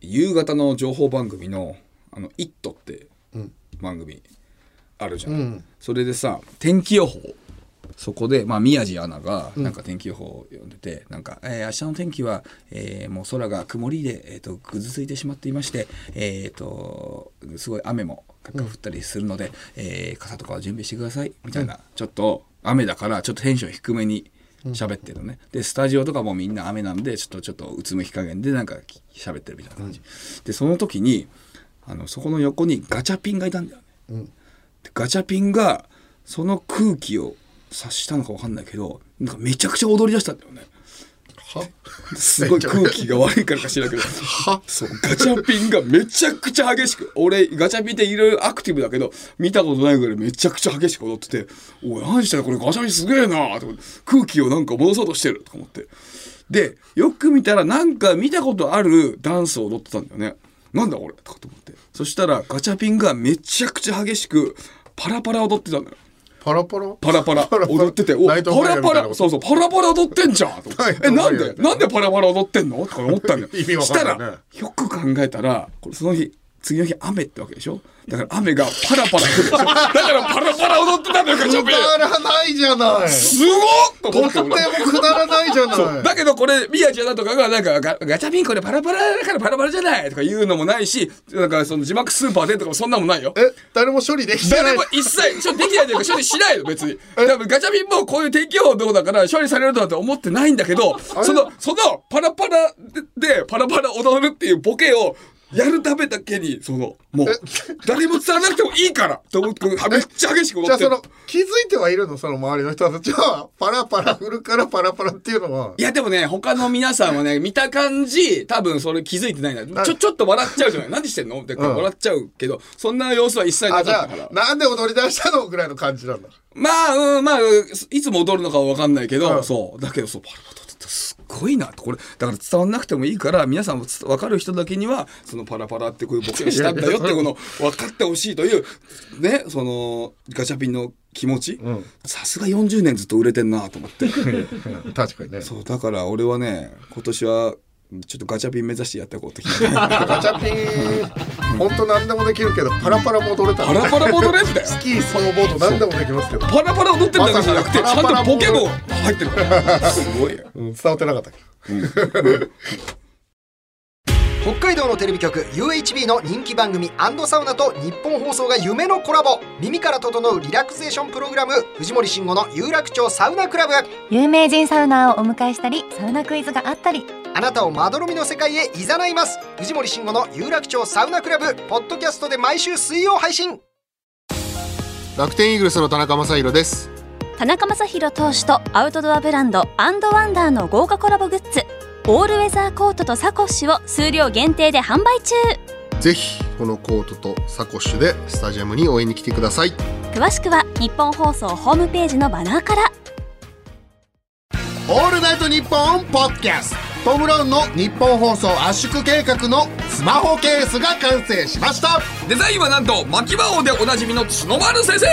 夕方の情報番組の「あのイット!」って番組あるじゃん、それでさ天気予報そこで、まあ、宮地アナがなんか天気予報を読んでて、なんか、えー明日の天気は、えーもう空が曇りで、えー、とぐずついてしまっていまして、えー、とすごい雨も降ったりするので、えー傘とかは準備してくださいみたいな、ちょっと雨だからちょっとテンション低めに喋ってるのね、でスタジオとかもみんな雨なんでちょっとちょっとうつむき加減でなんかき喋ってるみたいな感じ、でその時にあのそこの横にガチャピンがいたんだよね、でガチャピンがその空気を察したのかわかんないけどなんかめちゃくちゃ踊り出したんだよね
は
すごい空気が悪いからか知らんけどそうガチャピンがめちゃくちゃ激しく俺ガチャピンっていろいろアクティブだけど見たことないぐらいめちゃくちゃ激しく踊ってて「おい何してんのこれガチャピンすげえな」とか空気をなんか戻そうとしてるとか思ってで、よく見たらなんか見たことあるダンスを踊ってたんだよね。なんだこれとかと思って。そしたらガチャピンがめちゃくちゃ激しくパラパラ踊ってたのよ。
パラパラ
パラパラ踊ってて、おパ
ラ
ラパラ、そうそう、パラパラ踊ってんじゃんと思って
ナ
え、
イトファイアみ
なん
たいな
で、なんでパラパラ踊ってんのとか思ったんだ よ。
意味わ
し
か
た
んないね
ら、よく考えたら、これその日、次の日雨ってわけでしょだから雨がパラパラ来 るでしょだからパラパラ踊ってたんだよ、ガチャ
く
ピン
だらないじゃない
すごっと
と
思っ
って
て
も
俺
くだらないじゃない
だけどこれ宮ちゃんだとかがなんかガガチャピンこれパラパラだからパラパラじゃないとか言うのもないしなんかその字幕スーパーでとかもそんなもんないよ
え誰も処理できてな
誰
い
も一切処理できないというか処理しないの別に多分ガチャピンもこういう天気予報どうだから処理されるとは思ってないんだけどそのそのパラパラででパラパラ踊るっていうボケをやるためだけにそのもう誰も伝わらなくてもいいからと思ってめっちゃ激しく踊
じゃあ
ってる
その気づいてはいるのその周りの人たちはパラパラ振るからパラパラっていうのはい
やでもね、他の皆さんはね、見た感じ、多分それ気づいてないんだ。ちょ、ちょっと笑っちゃうじゃない何してんのって
ん
笑っちゃうけど、そんな様子は一切な
あじ
かっ
ゃ
たから
あ。なんで踊り出したのぐらいの感じなんだ
まあ、うん、まあ、いつも踊るのかはわかんないけど、そう。だけど、そう、パラパラってすっごいなと。これ、だから伝わんなくてもいいから、皆さんもつわかる人だけには、そのパラパラってこういうボケをしたんだよってこの、分かってほしいという、ね、その、ガチャピンの気持ち。さすが40年ずっと売れてんなと思って。
確かにね
そうだから俺はね今年はちょっとガチャピン目指してやっていこうって気 が
ガチャピン本当何でもできるけどパラパラも踊れた
パラパラ戻れんだよ
スキーソーボード何でもできますけど、
パラパラ踊ってるだけじゃなくてち
まさ
ゃ
かの
んとボケも入ってるからすごいよ
うん、伝わってなかったけど
北海道のテレビ局 UHB の人気番組サウナと日本放送が夢のコラボ耳から整うリラクゼーションプログラム藤森慎吾の有楽町サウナクラブ
有名人サウナーをお迎えしたりサウナクイズがあったり
あなたをまどろみの世界へいざないます藤森慎吾の有楽町サウナクラブポッドキャストで毎週水曜配信
楽天イーグルスの田中将大です
田中将大投手とアウトドアブランドアンドワンダーの豪華コラボグッズオールウェザーコートとサコッシュを数量限定で販売中
ぜひこのコートとサコッシュでスタジアムに応援に来てください
詳しくは日本放送ホームページのバナーから
オールナイトニッポンポッドキャストトム・ブラウンの日本放送圧縮計画のスマホケースが完成しました
デザインはなんと巻き魔王でおなじみの角丸先生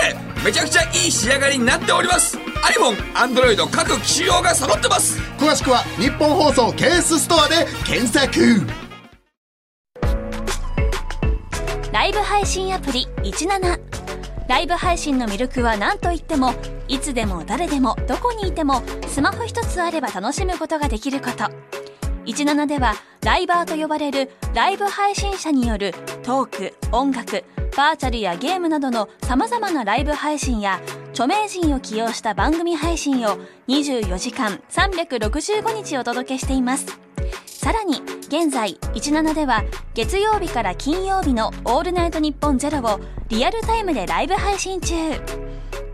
めちゃくちゃいい仕上がりになっております iPhone、Android 各機種用が揃ってます
詳しくは日本放送ケースストアで検索
ライブ配信アプリ17ライブ配信の魅力は何といってもいつでも誰でもどこにいてもスマホ一つあれば楽しむことができること17ではライバーと呼ばれるライブ配信者によるトーク音楽バーチャルやゲームなどのさまざまなライブ配信や著名人を起用した番組配信を24時間365日お届けしていますさらに現在17では月曜日から金曜日の「オールナイトニッポンゼロをリアルタイムでライブ配信中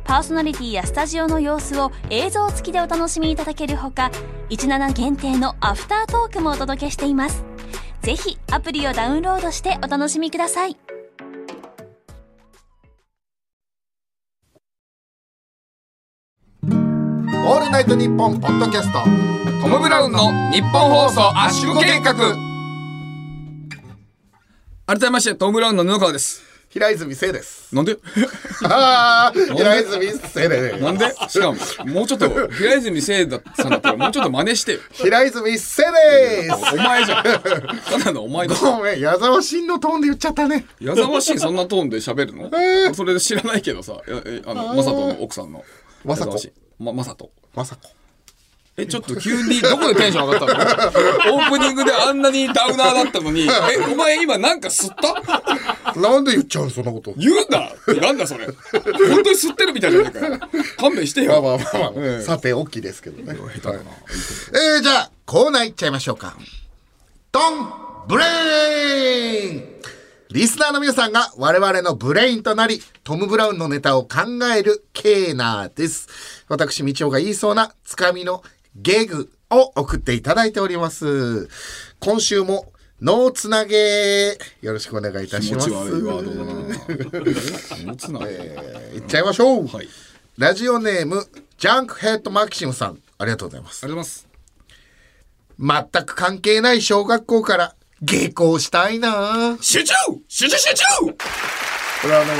パーソナリティやスタジオの様子を映像付きでお楽しみいただけるほか17限定のアフタートークもお届けしていますぜひアプリをダウンロードしてお楽しみください
オールナイトニッポンポッドキャスト
トム・ブラウンの日本放送圧縮計画改めましてトム・ブラウンの布川です
平泉聖です
なんで
あー平泉聖です
なんでしかも、もうちょっと、平泉聖ださんだったら、もうちょっと真似してよ。
平泉聖で
お前じゃん。ただのお前だ
す。ごめん矢沢真のトーンで言っちゃったね
矢沢しいそんなトーンで喋るの、それで知らないけどさ、ええあの、まさとの奥さんの。
まさこ
矢沢慎ま、まさと。
まさこ
え、ちょっと急に、どこでテンション上がったの オープニングであんなにダウナーだったのに、え、お前今なんか吸った
なんで言っちゃうのそんなこと
言うんだってなんだそれ。本当に吸ってるみたいじゃないかよ。勘弁して
まあ
よ。
まあまあまあ、さておきですけどね
下手だな
えー、じゃあコーナーいっちゃいましょうかトンブレインリスナーの皆さんが我々のブレインとなりトム・ブラウンのネタを考えるケーナーです私みちおが言いそうなつかみのゲグを送っていただいております今週も脳つなげよろしくお願いいたし
気持
ます
ち悪いワードだな。持つな。
いっちゃいましょう、
はい
ラジオネームジャンクヘッドマキシムさんありがとうございます
ありがとうございます。
全く関係ない小学校から下校したいな
集中集中集中
これはあの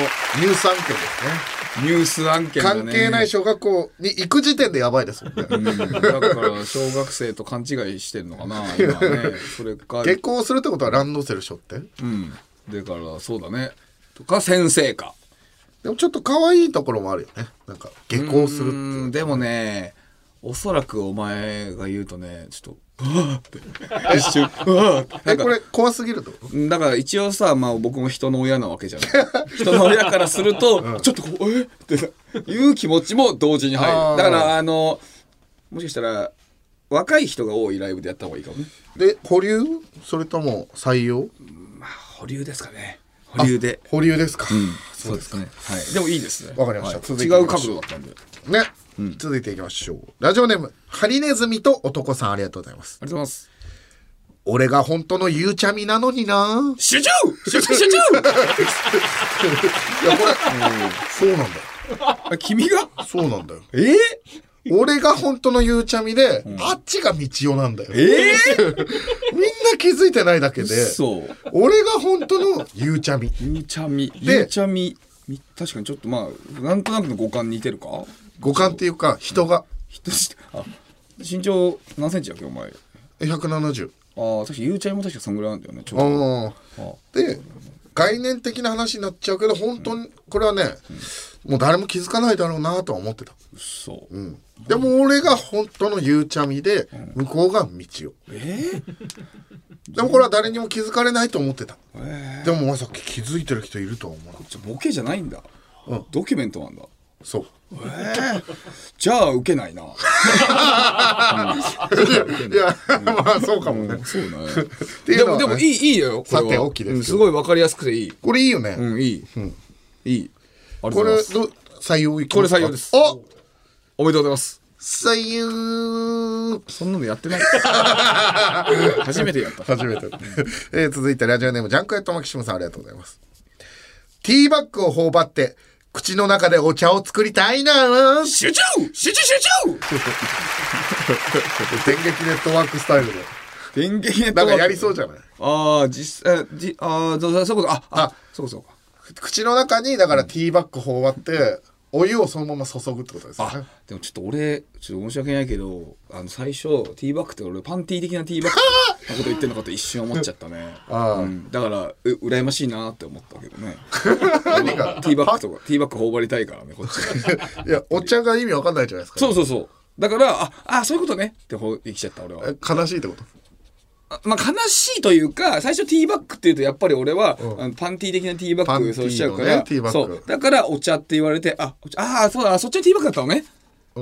乳酸菌ですね
ニュース案件だね
関係ない小学校に行く時点でやばいですもんね
うんだから小学生と勘違いしてるのかな今ねそれか
下校するってことはランドセルしょって
うんだからそうだねとか先生か
でもちょっと可愛いところもあるよねなんか下校するって
うんでもねおそらくお前が言うとねちょっ とうわーって一瞬うわーって なん
え
か
これ怖すぎると
だから一応さ、まあ、僕も人の親なわけじゃない 人の親からすると、ちょっとこうえっていう気持ちも同時に入
あー
るだからあのもしかしたら若い人が多いライブでやった方がいいかもね
で保留それとも採用
保留ですかね保留で
保留ですか、
そうですねはいでもいいですね
わかりました
はい
続いていきましょ
違
う
う角度だったんでありがと
ね、続いていきましょうラジオネームハリネズミと男さんありがとうございます
うございます
俺が本当のゆうちゃみなのにな
集中集 中集中
いやこれ、そうなんだよ
あ君が
そうなんだよ
えー、
俺が本当のゆうちゃみで、あっちがみちおなんだよみん
えー、
な気づいてないだけで
そう
俺が本当のゆうちゃみ
ゆうちゃみ
で
ゆうちゃみみ確かにちょっとまあなんとなくの五感似てるか
五感っていうか人が
人してあ身長何センチだっけお前
170
ああ確かゆうちゃみも確かそんぐらいなんだよねちょっと
ああで概念的な話になっちゃうけど本当にこれはね、もう誰も気づかないだろうなとは思ってた、
そう、
でも俺が本当のゆうちゃみで向こうが道を
え
でもこれは誰にも気づかれないと思ってた、でもまさか気づいてる人いるとは思う
じゃボケじゃないんだ、
うん
ドキュメントなんだ
そう
じゃあウケないな
いや、まあそうかもね、
そ うね
ていう
で
のは
も
ね
でもいいいいよこれ
さ
は
ておきですよ
うんすごいわかりやすくていい
これいいよね、
うんいい、いいありがと
こ
うございま
れ
す
ど採用いき
これ採用です
お
おめでとうございます
採用
そんなのやって ない初めてやった
初めて、 えー続いてラジオネームジャンクエットマキシムさんありがとうございますティーバッグを頬張って口の中でお茶を作りたいな電
集中集中集中
撃ネットワークスタイルで
電撃ネッ
な
ト
んか
ワーク
やりそうじゃない
ああ実際じああそうそういうことああ
あ
そうかそうか
口の中にだからティーバッグ頬張ってお湯をそのまま注ぐってことですね
あでもちょっと俺ちょっと申し訳ないけどあの最初ティーバッグって俺パンティー的なティーバッグのこと言ってんのかと一瞬思っちゃったねうん、だからう羨ましいなって思ったけ どね
何が
ティーバッグとかティーバッグ頬張りたいからねこっちが
いやお茶が意味わかんないじゃないですか
そうそうそうだからああそういうことねってほう生きちゃった俺は
え悲しいってこと
あまあ悲しいというか最初ティーバッグっていうとやっぱり俺は、あのパンティー的なティーバ
パ
ッ
ンティ
グ
ーのね
そうしちゃうから、
ティーバッ
そ
グ
うだからお茶って言われてあお茶あーそうだそっちのティーバッグだったのね、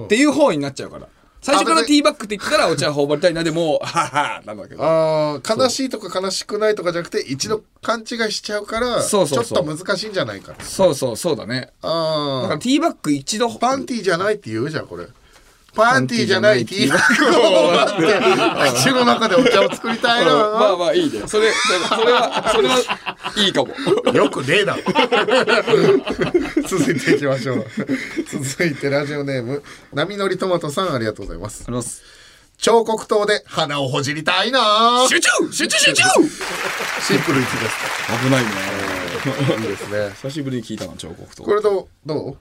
っていう方になっちゃうから最初か
あ
ら
別
ティーバッグって言ったらお茶頬張りたいな でもうははなんだけど
あー悲しいとか悲しくないとかじゃなくて一度勘違いしちゃうから
そうそう
ち
そ
ょ
う
っと難しいんじゃないか
そうそうそうだねだ
あ
か
あ
らティーバッグ一度
パンティーじゃないって言うじゃんこれパンティーじゃないティーバッグを持って口の中でお茶を作りたい
うん まあ
な
まあいいねそれそれそ れはそれはいいかも
よくねえだろ 続いていきましょう続いてラジオネーム波乗りトマトさんありがとうございます
あります
彫刻刀で鼻をほじりたいな
集中集中集中
シンプル一で
危ないね
すいいですね
久しぶりに聞いたな彫刻と
これどうどう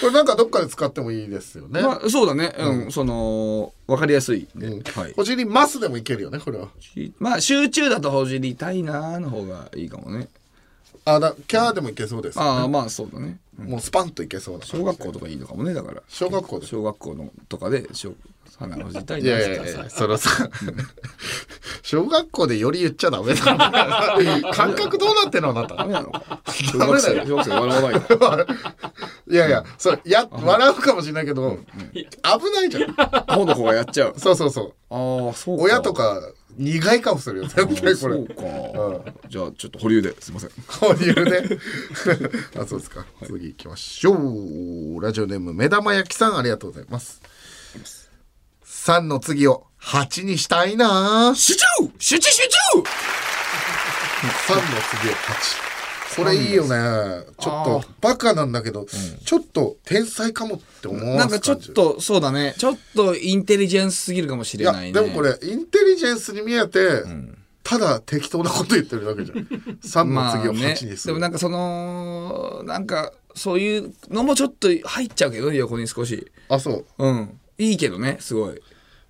これなんかどっかで使ってもいいですよね、
まあそうだねうん、そのわかりやすいね、はい
こじりますでもいけるよねこれは
まあ集中だとほじりたいなーの方がいいかもね。
あだキャーでもいけそうです、
ああまあそうだね。
もうスパンといけそうな
小学校とかいいのかもねだから。
小学校で
小学校のとかでしょ花ほじりたい
い
な
やい
ー
やいやそのさ小学校でより言っちゃダメだろ感覚どうなってんのあな
ダメ
た
なのか。小学
ダメだ
生
よ
小学生笑わないの。
いやいやそれや笑うかもしれないけど、危ないじゃん
方の子がやっちゃう。
そうそうそう
ああそうか。
親とか苦い顔するよ絶対これ
そうか。じゃあちょっと保留ですいません。
こういうね あそうですか、次行きましょうラジオネーム目玉焼きさんありがとうございます3の次を8にしたいな3の
集中集中集中。
次を8これいいよねちょっとバカなんだけど、ちょっと天才かもって思わ
なん
せ
かちょっ
感じ
とそうだねちょっとインテリジェンスすぎるかもし
い
れ
や
ないね
でもこれインテリジェンスに見えて、ただ適当なこと言ってるだけじゃん3の
まあ
次を
ね
8にす
で
る、
もなんかそのなんかそういうのもちょっと入っちゃうけどね横に少し
あそう
うんいいけどねすごい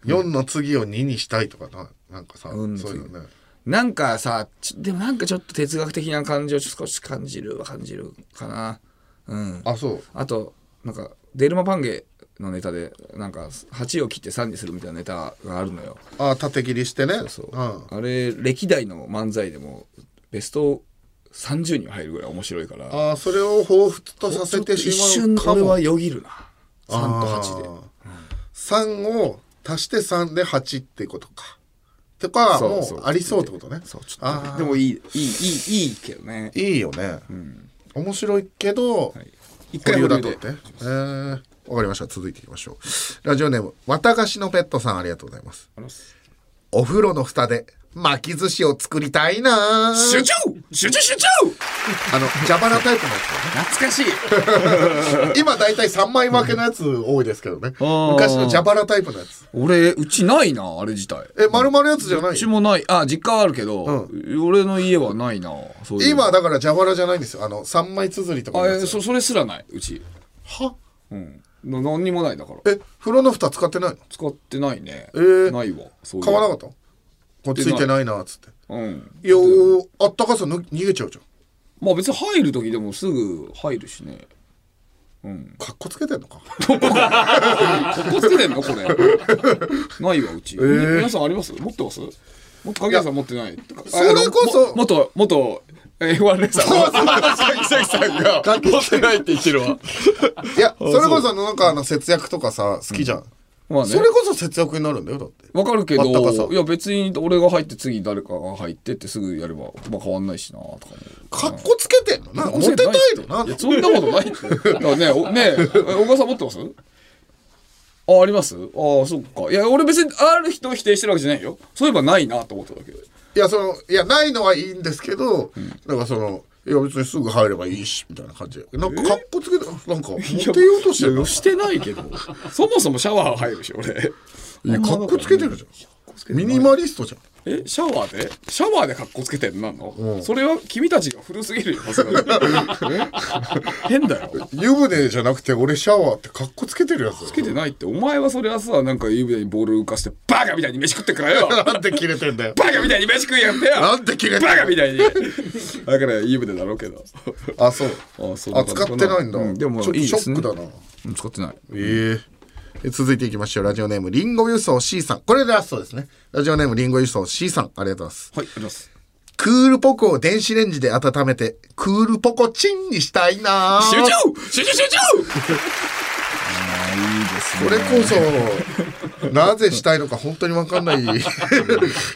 4の次を2にしたいとかななんかさ、
うん
そういうのね
なんかさちょでもなんかちょっと哲学的な感じを少し感じるは感じるかなうん
あそう
あとなんかデルマパンゲのネタでなんか8を切って3にするみたいなネタがあるのよ
あ縦切りしてね
そう、
ん、
あれ歴代の漫才でもベスト30に入るぐらい面白いから
あーそれを彷彿とさせて
ちょっと一
しまう
瞬
か
これ
も
はよぎるな3と8で
3を足して3で8ってことかとか
そう
も
そうう
ありそうってことね
そうちょっ
あ
と
ー
でもいいいいいいいいけどね
いいよね、面白いけど、
はい一
保
回
留
保
だ
留
とっ
で
てえーわかりました続いていきましょうラジオネームわたがしのペットさんありがとうございますお風呂の蓋で巻き寿司を作りたいなあ
集中集中集中
の蛇腹タイプのやつ
懐か しい
今大体3枚分けのやつ多いですけどね
ー
昔の蛇腹タイプのやつ
俺うちないなあれ自体
え丸々やつじゃな
う
い
ちもないあ実家はあるけど、俺の家はないなそういうの
今だから蛇腹じゃないんですよあの3枚綴りとかの
あ
や
え
つ
そそれすらないうち
は
うんな何にもないだから
え風呂の蓋使ってないの
使ってないね、
えー
ないわそういう
買わなかったのこれつ
ついて
い
な
て
い
ないなっつって
うん
いやーあったかさぬ逃げちゃうじゃん
まあ別に入る時でもすぐ入るしね
かっこつけてんの か
かっこつけてんのこれないわうち、み皆さんあります持ってますもっと影さん持ってないそ
それこそ
元元 F1 レーサーの佐々木さんが持ってないって言ってるわ
いやそれこそなんかあの節約とかさ好きじゃん、
まあね
それこそ節約になるんだよだって
わかるけど
あったかさ
いや別に俺が入って次誰かが入ってってすぐやれば、まあ、変わんないしなとかね
かっこつけてんのなモテたいの
い
な
やそんなことないってだからねおねええ小川さん持ってますあありますああそっかいや俺別にある人を否定してるわけじゃないよそういえばないなと思っただけで
いやそのいやないのはいいんですけど、なんかそのいや別にすぐ入ればいいしみたいな感じでなんかかっこつけてなんかモテようとしてる
い
な
やしてないけどそもそもシャワー入るし俺
いやかっこつけてるじゃんミニマリストじゃん
えシャワーでシャワーで格好つけてんのなんの、それは君たちが古すぎるよさすが にえ変だよ
湯船じゃなくて俺シャワーってかっこつけてるやつ
つけてないってお前はそれはさなんか湯船にボール浮かしてバカみたいに飯食ってからよ
なんで切れてんだよ
バカみたいに飯食いやってよ
なんで切れてん
バ
だ
カ
よ
みたいにだから湯船だろうけど
あそう
あそう
あ使ってないんだ、
うでも
ちょっと
いい
いシ
で
ョ
すね
ックだな
うん使ってない
ええ続いていきましょう。ラジオネーム、リンゴ輸送 C さん。これラストですね。ラジオネーム、リンゴ輸送 C さん。ありがとうございます。
はいあります
クールポコを電子レンジで温めて、クールポコチンにしたいな
集
こ
中集中集中ああいいですね
れこそ、なぜしたいのか本当にわか んない。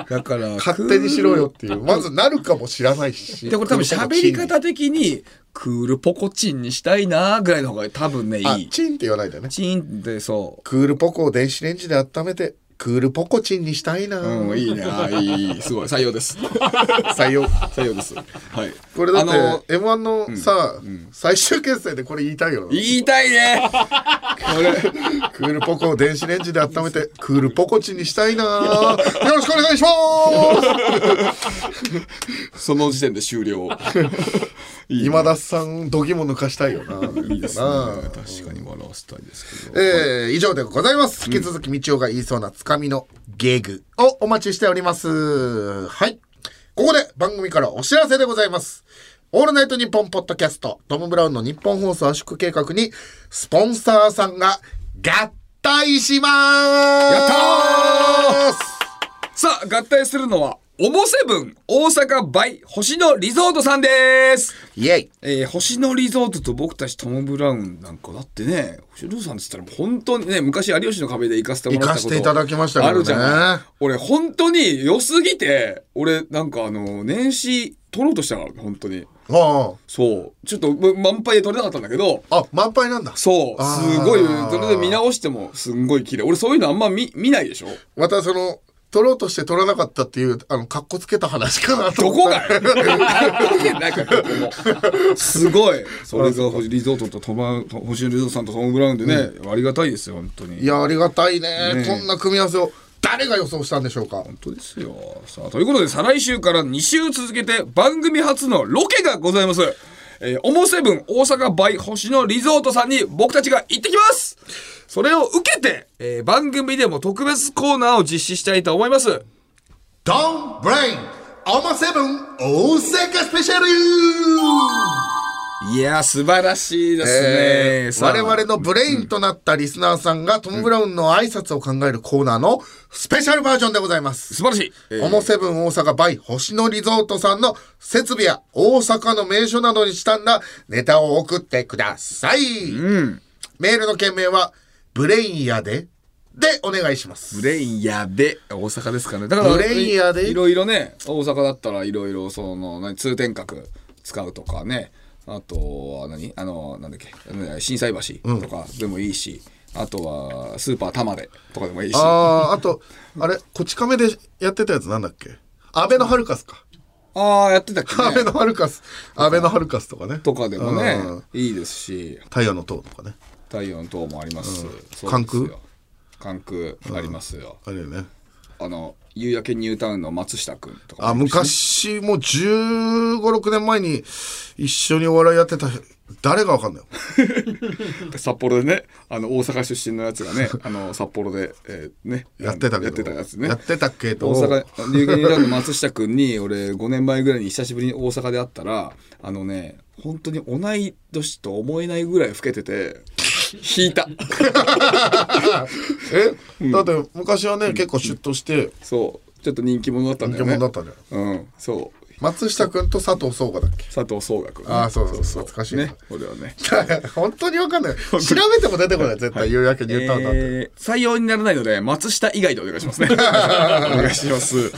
だから
勝手にしろよっていう。まずなるかも知らないし。
でこれ多分喋り
クールポコ
方的にクールポコチンにしたいなぐらいの方が多分ねい
チンに。
い
あ、チンって言わないんだよね。
チンってそ
クールポコを電子レンジで温めて、クールポコチンにしたいな
ううんいいねあいいい いすごい採用です採用採用ですはい
これだっ
あの
て M1 のさ、最終決戦でこれ言いたいよな
言いたいねこれ
クールポコを電子レンジで温めてクールポコチにしたいなよろしくお願いし ます
その時点で終 了いい
今田さん度肝抜かしたいよない
いですね
な
確かに笑わせたいですけど
えー以上でございます引き続き道夫が言いそうなつかみのゲグをお待ちしておりますはいここで番組からお知らせでございますオールナイトニッポンポッドキャストトム・ブラウンの日本放送圧縮計画にスポンサーさんが合体します
やった
ー
さあ合体するのはオモセブン大阪 by 星野リゾートさんです
イエイ
えー星野リゾートと僕たちトム・ブラウンなんかだってね星野リゾートさんっつったら本当にね昔有吉の壁で行かせてもらったこと
行かせていただきましたけどね
あるじゃない俺本当に良すぎて俺なんかあの年始取ろうとしたから本当に
あ
そうちょっとま満杯で取れなかったんだけど
ああ満杯なんだ
そう
あー
すごいそれで見直してもすんごい綺麗俺そういうのあんま見見ないでしょ
またその取ろうとして取らなかったっていう、あの、かっこつけた話かなと
ど
思
こ
った
がよなんかここもすごいそれがリゾートとトマ星野リゾートさんとトム・ブラウンでね、ありがたいですよ本当に
いや、ありがたいね
ねえ
こんな組み合わせを誰が予想したんでしょうか。
本当ですよさあということで再来週から2週続けて番組初のロケがございますえー、オモセブン大阪バイ星野リゾートさんに僕たちが行ってきますそれを受けて、えー番組でも特別コーナーを実施したいと思います
ドンブレインオマセブン大阪スペシャル
いやー素晴らしいですね、
えー
さ
我
あ
々のブレインとなったリスナーさんがトム・ブラウンの挨拶を考えるコーナーのスペシャルバージョンでございます。
素晴らしい、えー
オモセブン大阪バイ星野リゾートさんの設備や大阪の名所などにちなんだネタを送ってください。メールの件名は、ブレインやで、でお願いします。
ブレインやで大阪ですかねだから
ブレインやで
いいろいろね大阪だったらいろいろその何通天閣使うとかねあとは何あのなんだっけ心斎橋とかでもいいし、あとはスーパー玉でとかでもいいしあ
ああ、あと、あれ、こち亀でやってたやつなんだっけ安倍のハルカスか。
あーやってたっけ、
安倍の
ね、
ハルカス。安倍のハルカスとかね。
とかでもね
うん
いいですし
太陽の塔とかね。
太陽の塔もあります,、
関空
関空ありますよ、
あれよね。
あの夕焼けニュータウンの松下君とか
あ、
もいるしね
昔、もう15、6年前に一緒にお笑いやってた、誰がわかんないよ。
札幌でねあの大阪出身のやつ がねあの札幌で、えーね
やってたけど。
やってたやつね
やってたけど。
大阪ニューギニーランド松下君に俺5年前ぐらいに久しぶりに大阪で会ったらあのね本当に同い年と思えないぐらい老けてて 引いた
えだって昔はね、結構シュッとして、
そうちょっと人気者だったんだ
人
よ
気
ね
者だったね。
うんそう
松下くんと佐藤壮賀だっけ
佐藤総学、ね、
あーそうそう懐かしいな
ね俺はね
本当にわかんない。調べても出てこない。絶対、夕焼けニュータウンなんて。
えー採用にならないので松下以外でお願いしますね お願いし ます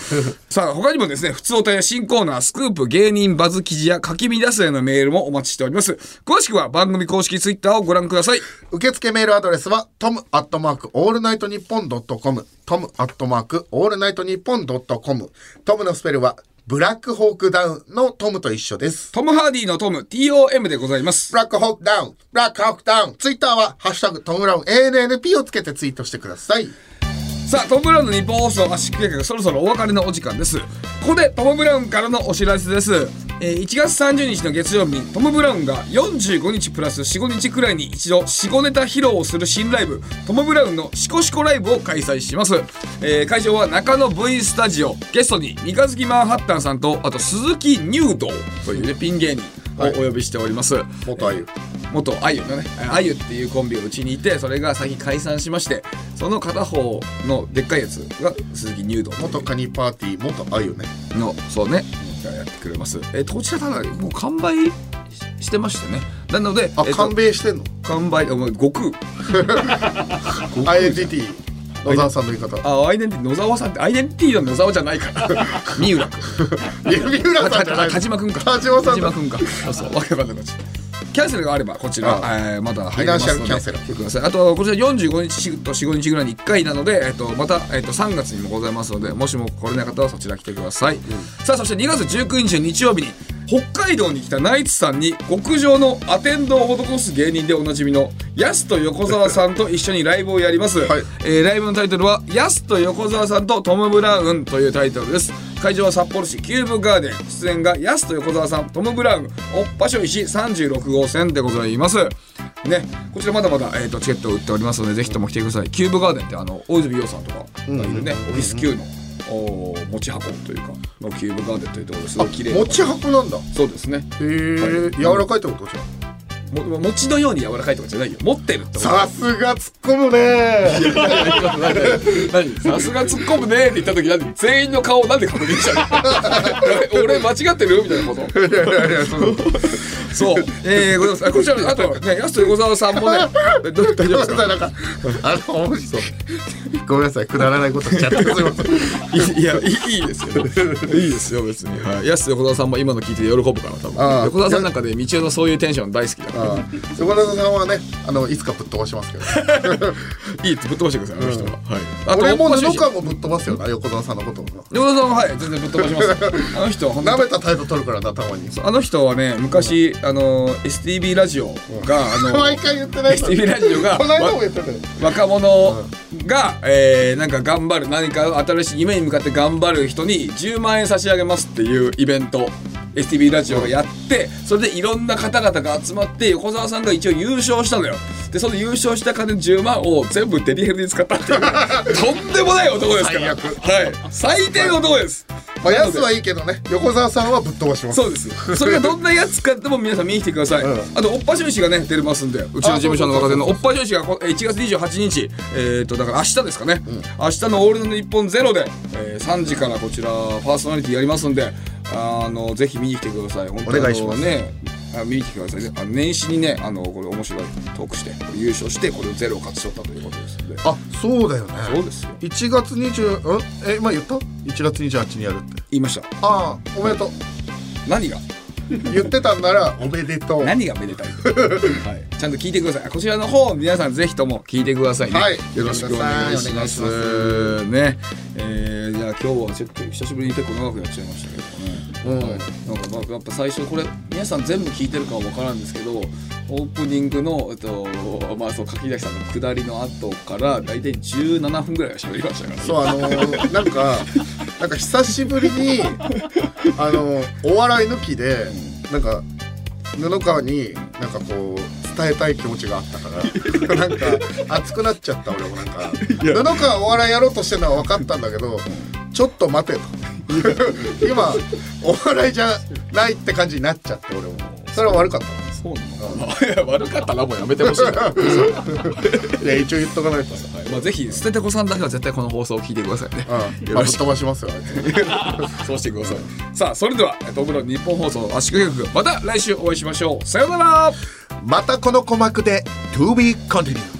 さあ他にもですね普通お便り新コーナースクープ芸人バズ記事や書き乱すへのメールもお待ちしております詳しくは番組公式ツイッターをご覧ください
受付メールアドレスはトムアットマークオールナイトニッポンドットコムトムアットマークオールナイトニッポンドットコムトムのスペルはブラックホークダウンのトムと一緒です
トム・ハーディのトム TOM でございます
ブラックホークダウンブラックホークダウンツイッターは「ハッシュタグトムブラウン ANNP」をつけてツイートしてください
さあトム・ブラウンの日本放送圧縮計画そろそろお別れのお時間ですここでトム・ブラウンからのお知らせです、えー1月30日の月曜日にトム・ブラウンが45日プラス45日くらいに一度45ネタ披露をする新ライブトム・ブラウンの「シコシコライブ」を開催します、えー会場は中野 V スタジオゲストに三日月マンハッタンさんとあと鈴木入道という、ね、ピン芸人をお呼びしております、
元あゆ
元あゆのねあゆっていうコンビがうちにいてそれが最近解散しましてその片方のでっかいやつが鈴木入道
元カニパーティー元あゆね
のそうねがやってくれますえっとこちらただもう完売ししてましたねなので
あ
えっと
勘弁してんの
完売お前悟空悟空
INTT 野沢さんの言い方
あアイデンティティ野沢さんってアイデンティティの野沢じゃないから 三浦君
指浦さんじゃな
あ
い
田島君か
田島さんだ
君かそうそうわけわかんなくなっちゃうキャンセルがあればこちら、えーまだ入りますの
フィナンシャル
で
キャンセル
来てくださいあとこちら45日と45日ぐらいに1回なので、えっとまた、えっと3月にもございますのでもしも来れない方はそちら来てください、さあそして2月19日の日曜日に北海道に来たナイツさんに極上のアテンドを施す芸人でおなじみのヤスと横澤さんと一緒にライブをやります、
はい
えーライブのタイトルは「ヤスと横澤さんとトム・ブラウン」というタイトルです会場は札幌市キューブガーデン出演がヤスと横澤さんトム・ブラウンおっぱしょ石36号線でございますねこちらまだまだ、えー、とチケットを売っておりますのでぜひとも来てくださいキューブガーデンってあの大泉洋さんとかがいるね、オフィス Q のおー持ち運ぶというかのキューブガーデンというところですごい綺麗な
持ち運なんだへ
そうですね
え柔らかいってことじゃん
も餅のように柔らかいとかじゃないよ持ってるってこと
さすが突っ込むね
何さすが突っ込むねって言った時なんで全員の顔なんで確認したの俺間間違ってるみたいなこと
いやいやいやその
そうえー、ごめんなさいこちらあとねやすと横澤さんもねえど大丈夫ですか
なんかあの面白いごめんなさいくだらないことしちゃってすいません
いいやいいいいですよいいですよ別に、はい、やすと横澤さんも今の聞いて喜ぶから多
あ
分
ー
横澤さんなんかね道枝のそういうテンション大好きだか
ああ横田さんはねあのいつかぶっ飛ばしますけど
らいいってぶっ飛ばしてくださいあの人は、はいあ
俺も
お
布川もぶっ飛ばすよな横澤さんのことを
横澤さんははい全然ぶっ飛ばしますあの人は本当
な
に
めた態度取るからなたまに
あの人はね昔あの STB ラジオがあの
毎回言ってない
STV ラジオが
この間も言ってたよ
若者が、えーなんか頑張る何か新しい夢に向かって頑張る人に10万円差し上げますっていうイベント STV ラジオがやってそれでいろんな方々が集まって横澤さんが一応優勝したのよでその優勝した金10万を全部デリヘルに使った っていうとんでもない男ですからはい、最低の男です
まあやすはいいけどね横澤さんはぶっ飛ばします
そうです。それがどんなやつかでも皆さん見に来てください。あと、おっぱじゅんしがね、出れますんで、うちの事務所の若手のおっぱじゅんしがこえー1月28日、えっと、だから明日ですかね、明日のオールナイトニッポンゼロで、えー3時からこちら、パーソナリティやりますんで、あの、ぜひ見に来てください。本当に
お願いします
あのねあ見に来てくださいね。あの年始にね、あの、これ面白いトークして、優勝して、これをゼロを勝ち取ったということですので。
あそうだよね
そうですよ。
1月20うんえ今言った ?1 月28日にやるって
言いました。
ああおめでとう
何が
言ってたんならおめでとう
何がめでたい、はい、ちゃんと聞いてくださいこちらの方皆さんぜひとも聞いてくださいね、
はい
よろしくお願いします
お願い
ねえー、じゃあ今日はちょっと久しぶりに結構長くやっちゃいましたけどね、はい、なんかまあやっぱ最初これ皆さん全部聞いてるかは分からんですけどオープニングの、えっとまあ、そう柿崎さんの下りの後から大体17分ぐらいは喋りましたから、ね、
そうあのーなんかなんか久しぶりにあのーお笑い抜きでなんか布川になんかこう伝えたい気持ちがあったからなんか熱くなっちゃった俺もなんか布川お笑いやろうとしてるのは分かったんだけどちょっと待てと 今お笑いじゃないって感じになっちゃって俺もそれは悪かった
そうなの悪かったなもうやめてほし いな
ないや一応言っとかないと
はいまあ、ぜひ捨ててこさんだけは絶対この放送を聞いてくださいね。
うん、
よ
まあ、ぶ
ろ
っ
し
飛ばしますよあいつ
くそうしてください。さあそれでは「トムブラウン日本放送圧縮計画」また来週お会いしましょう。さようなら
またこの鼓膜で To be continued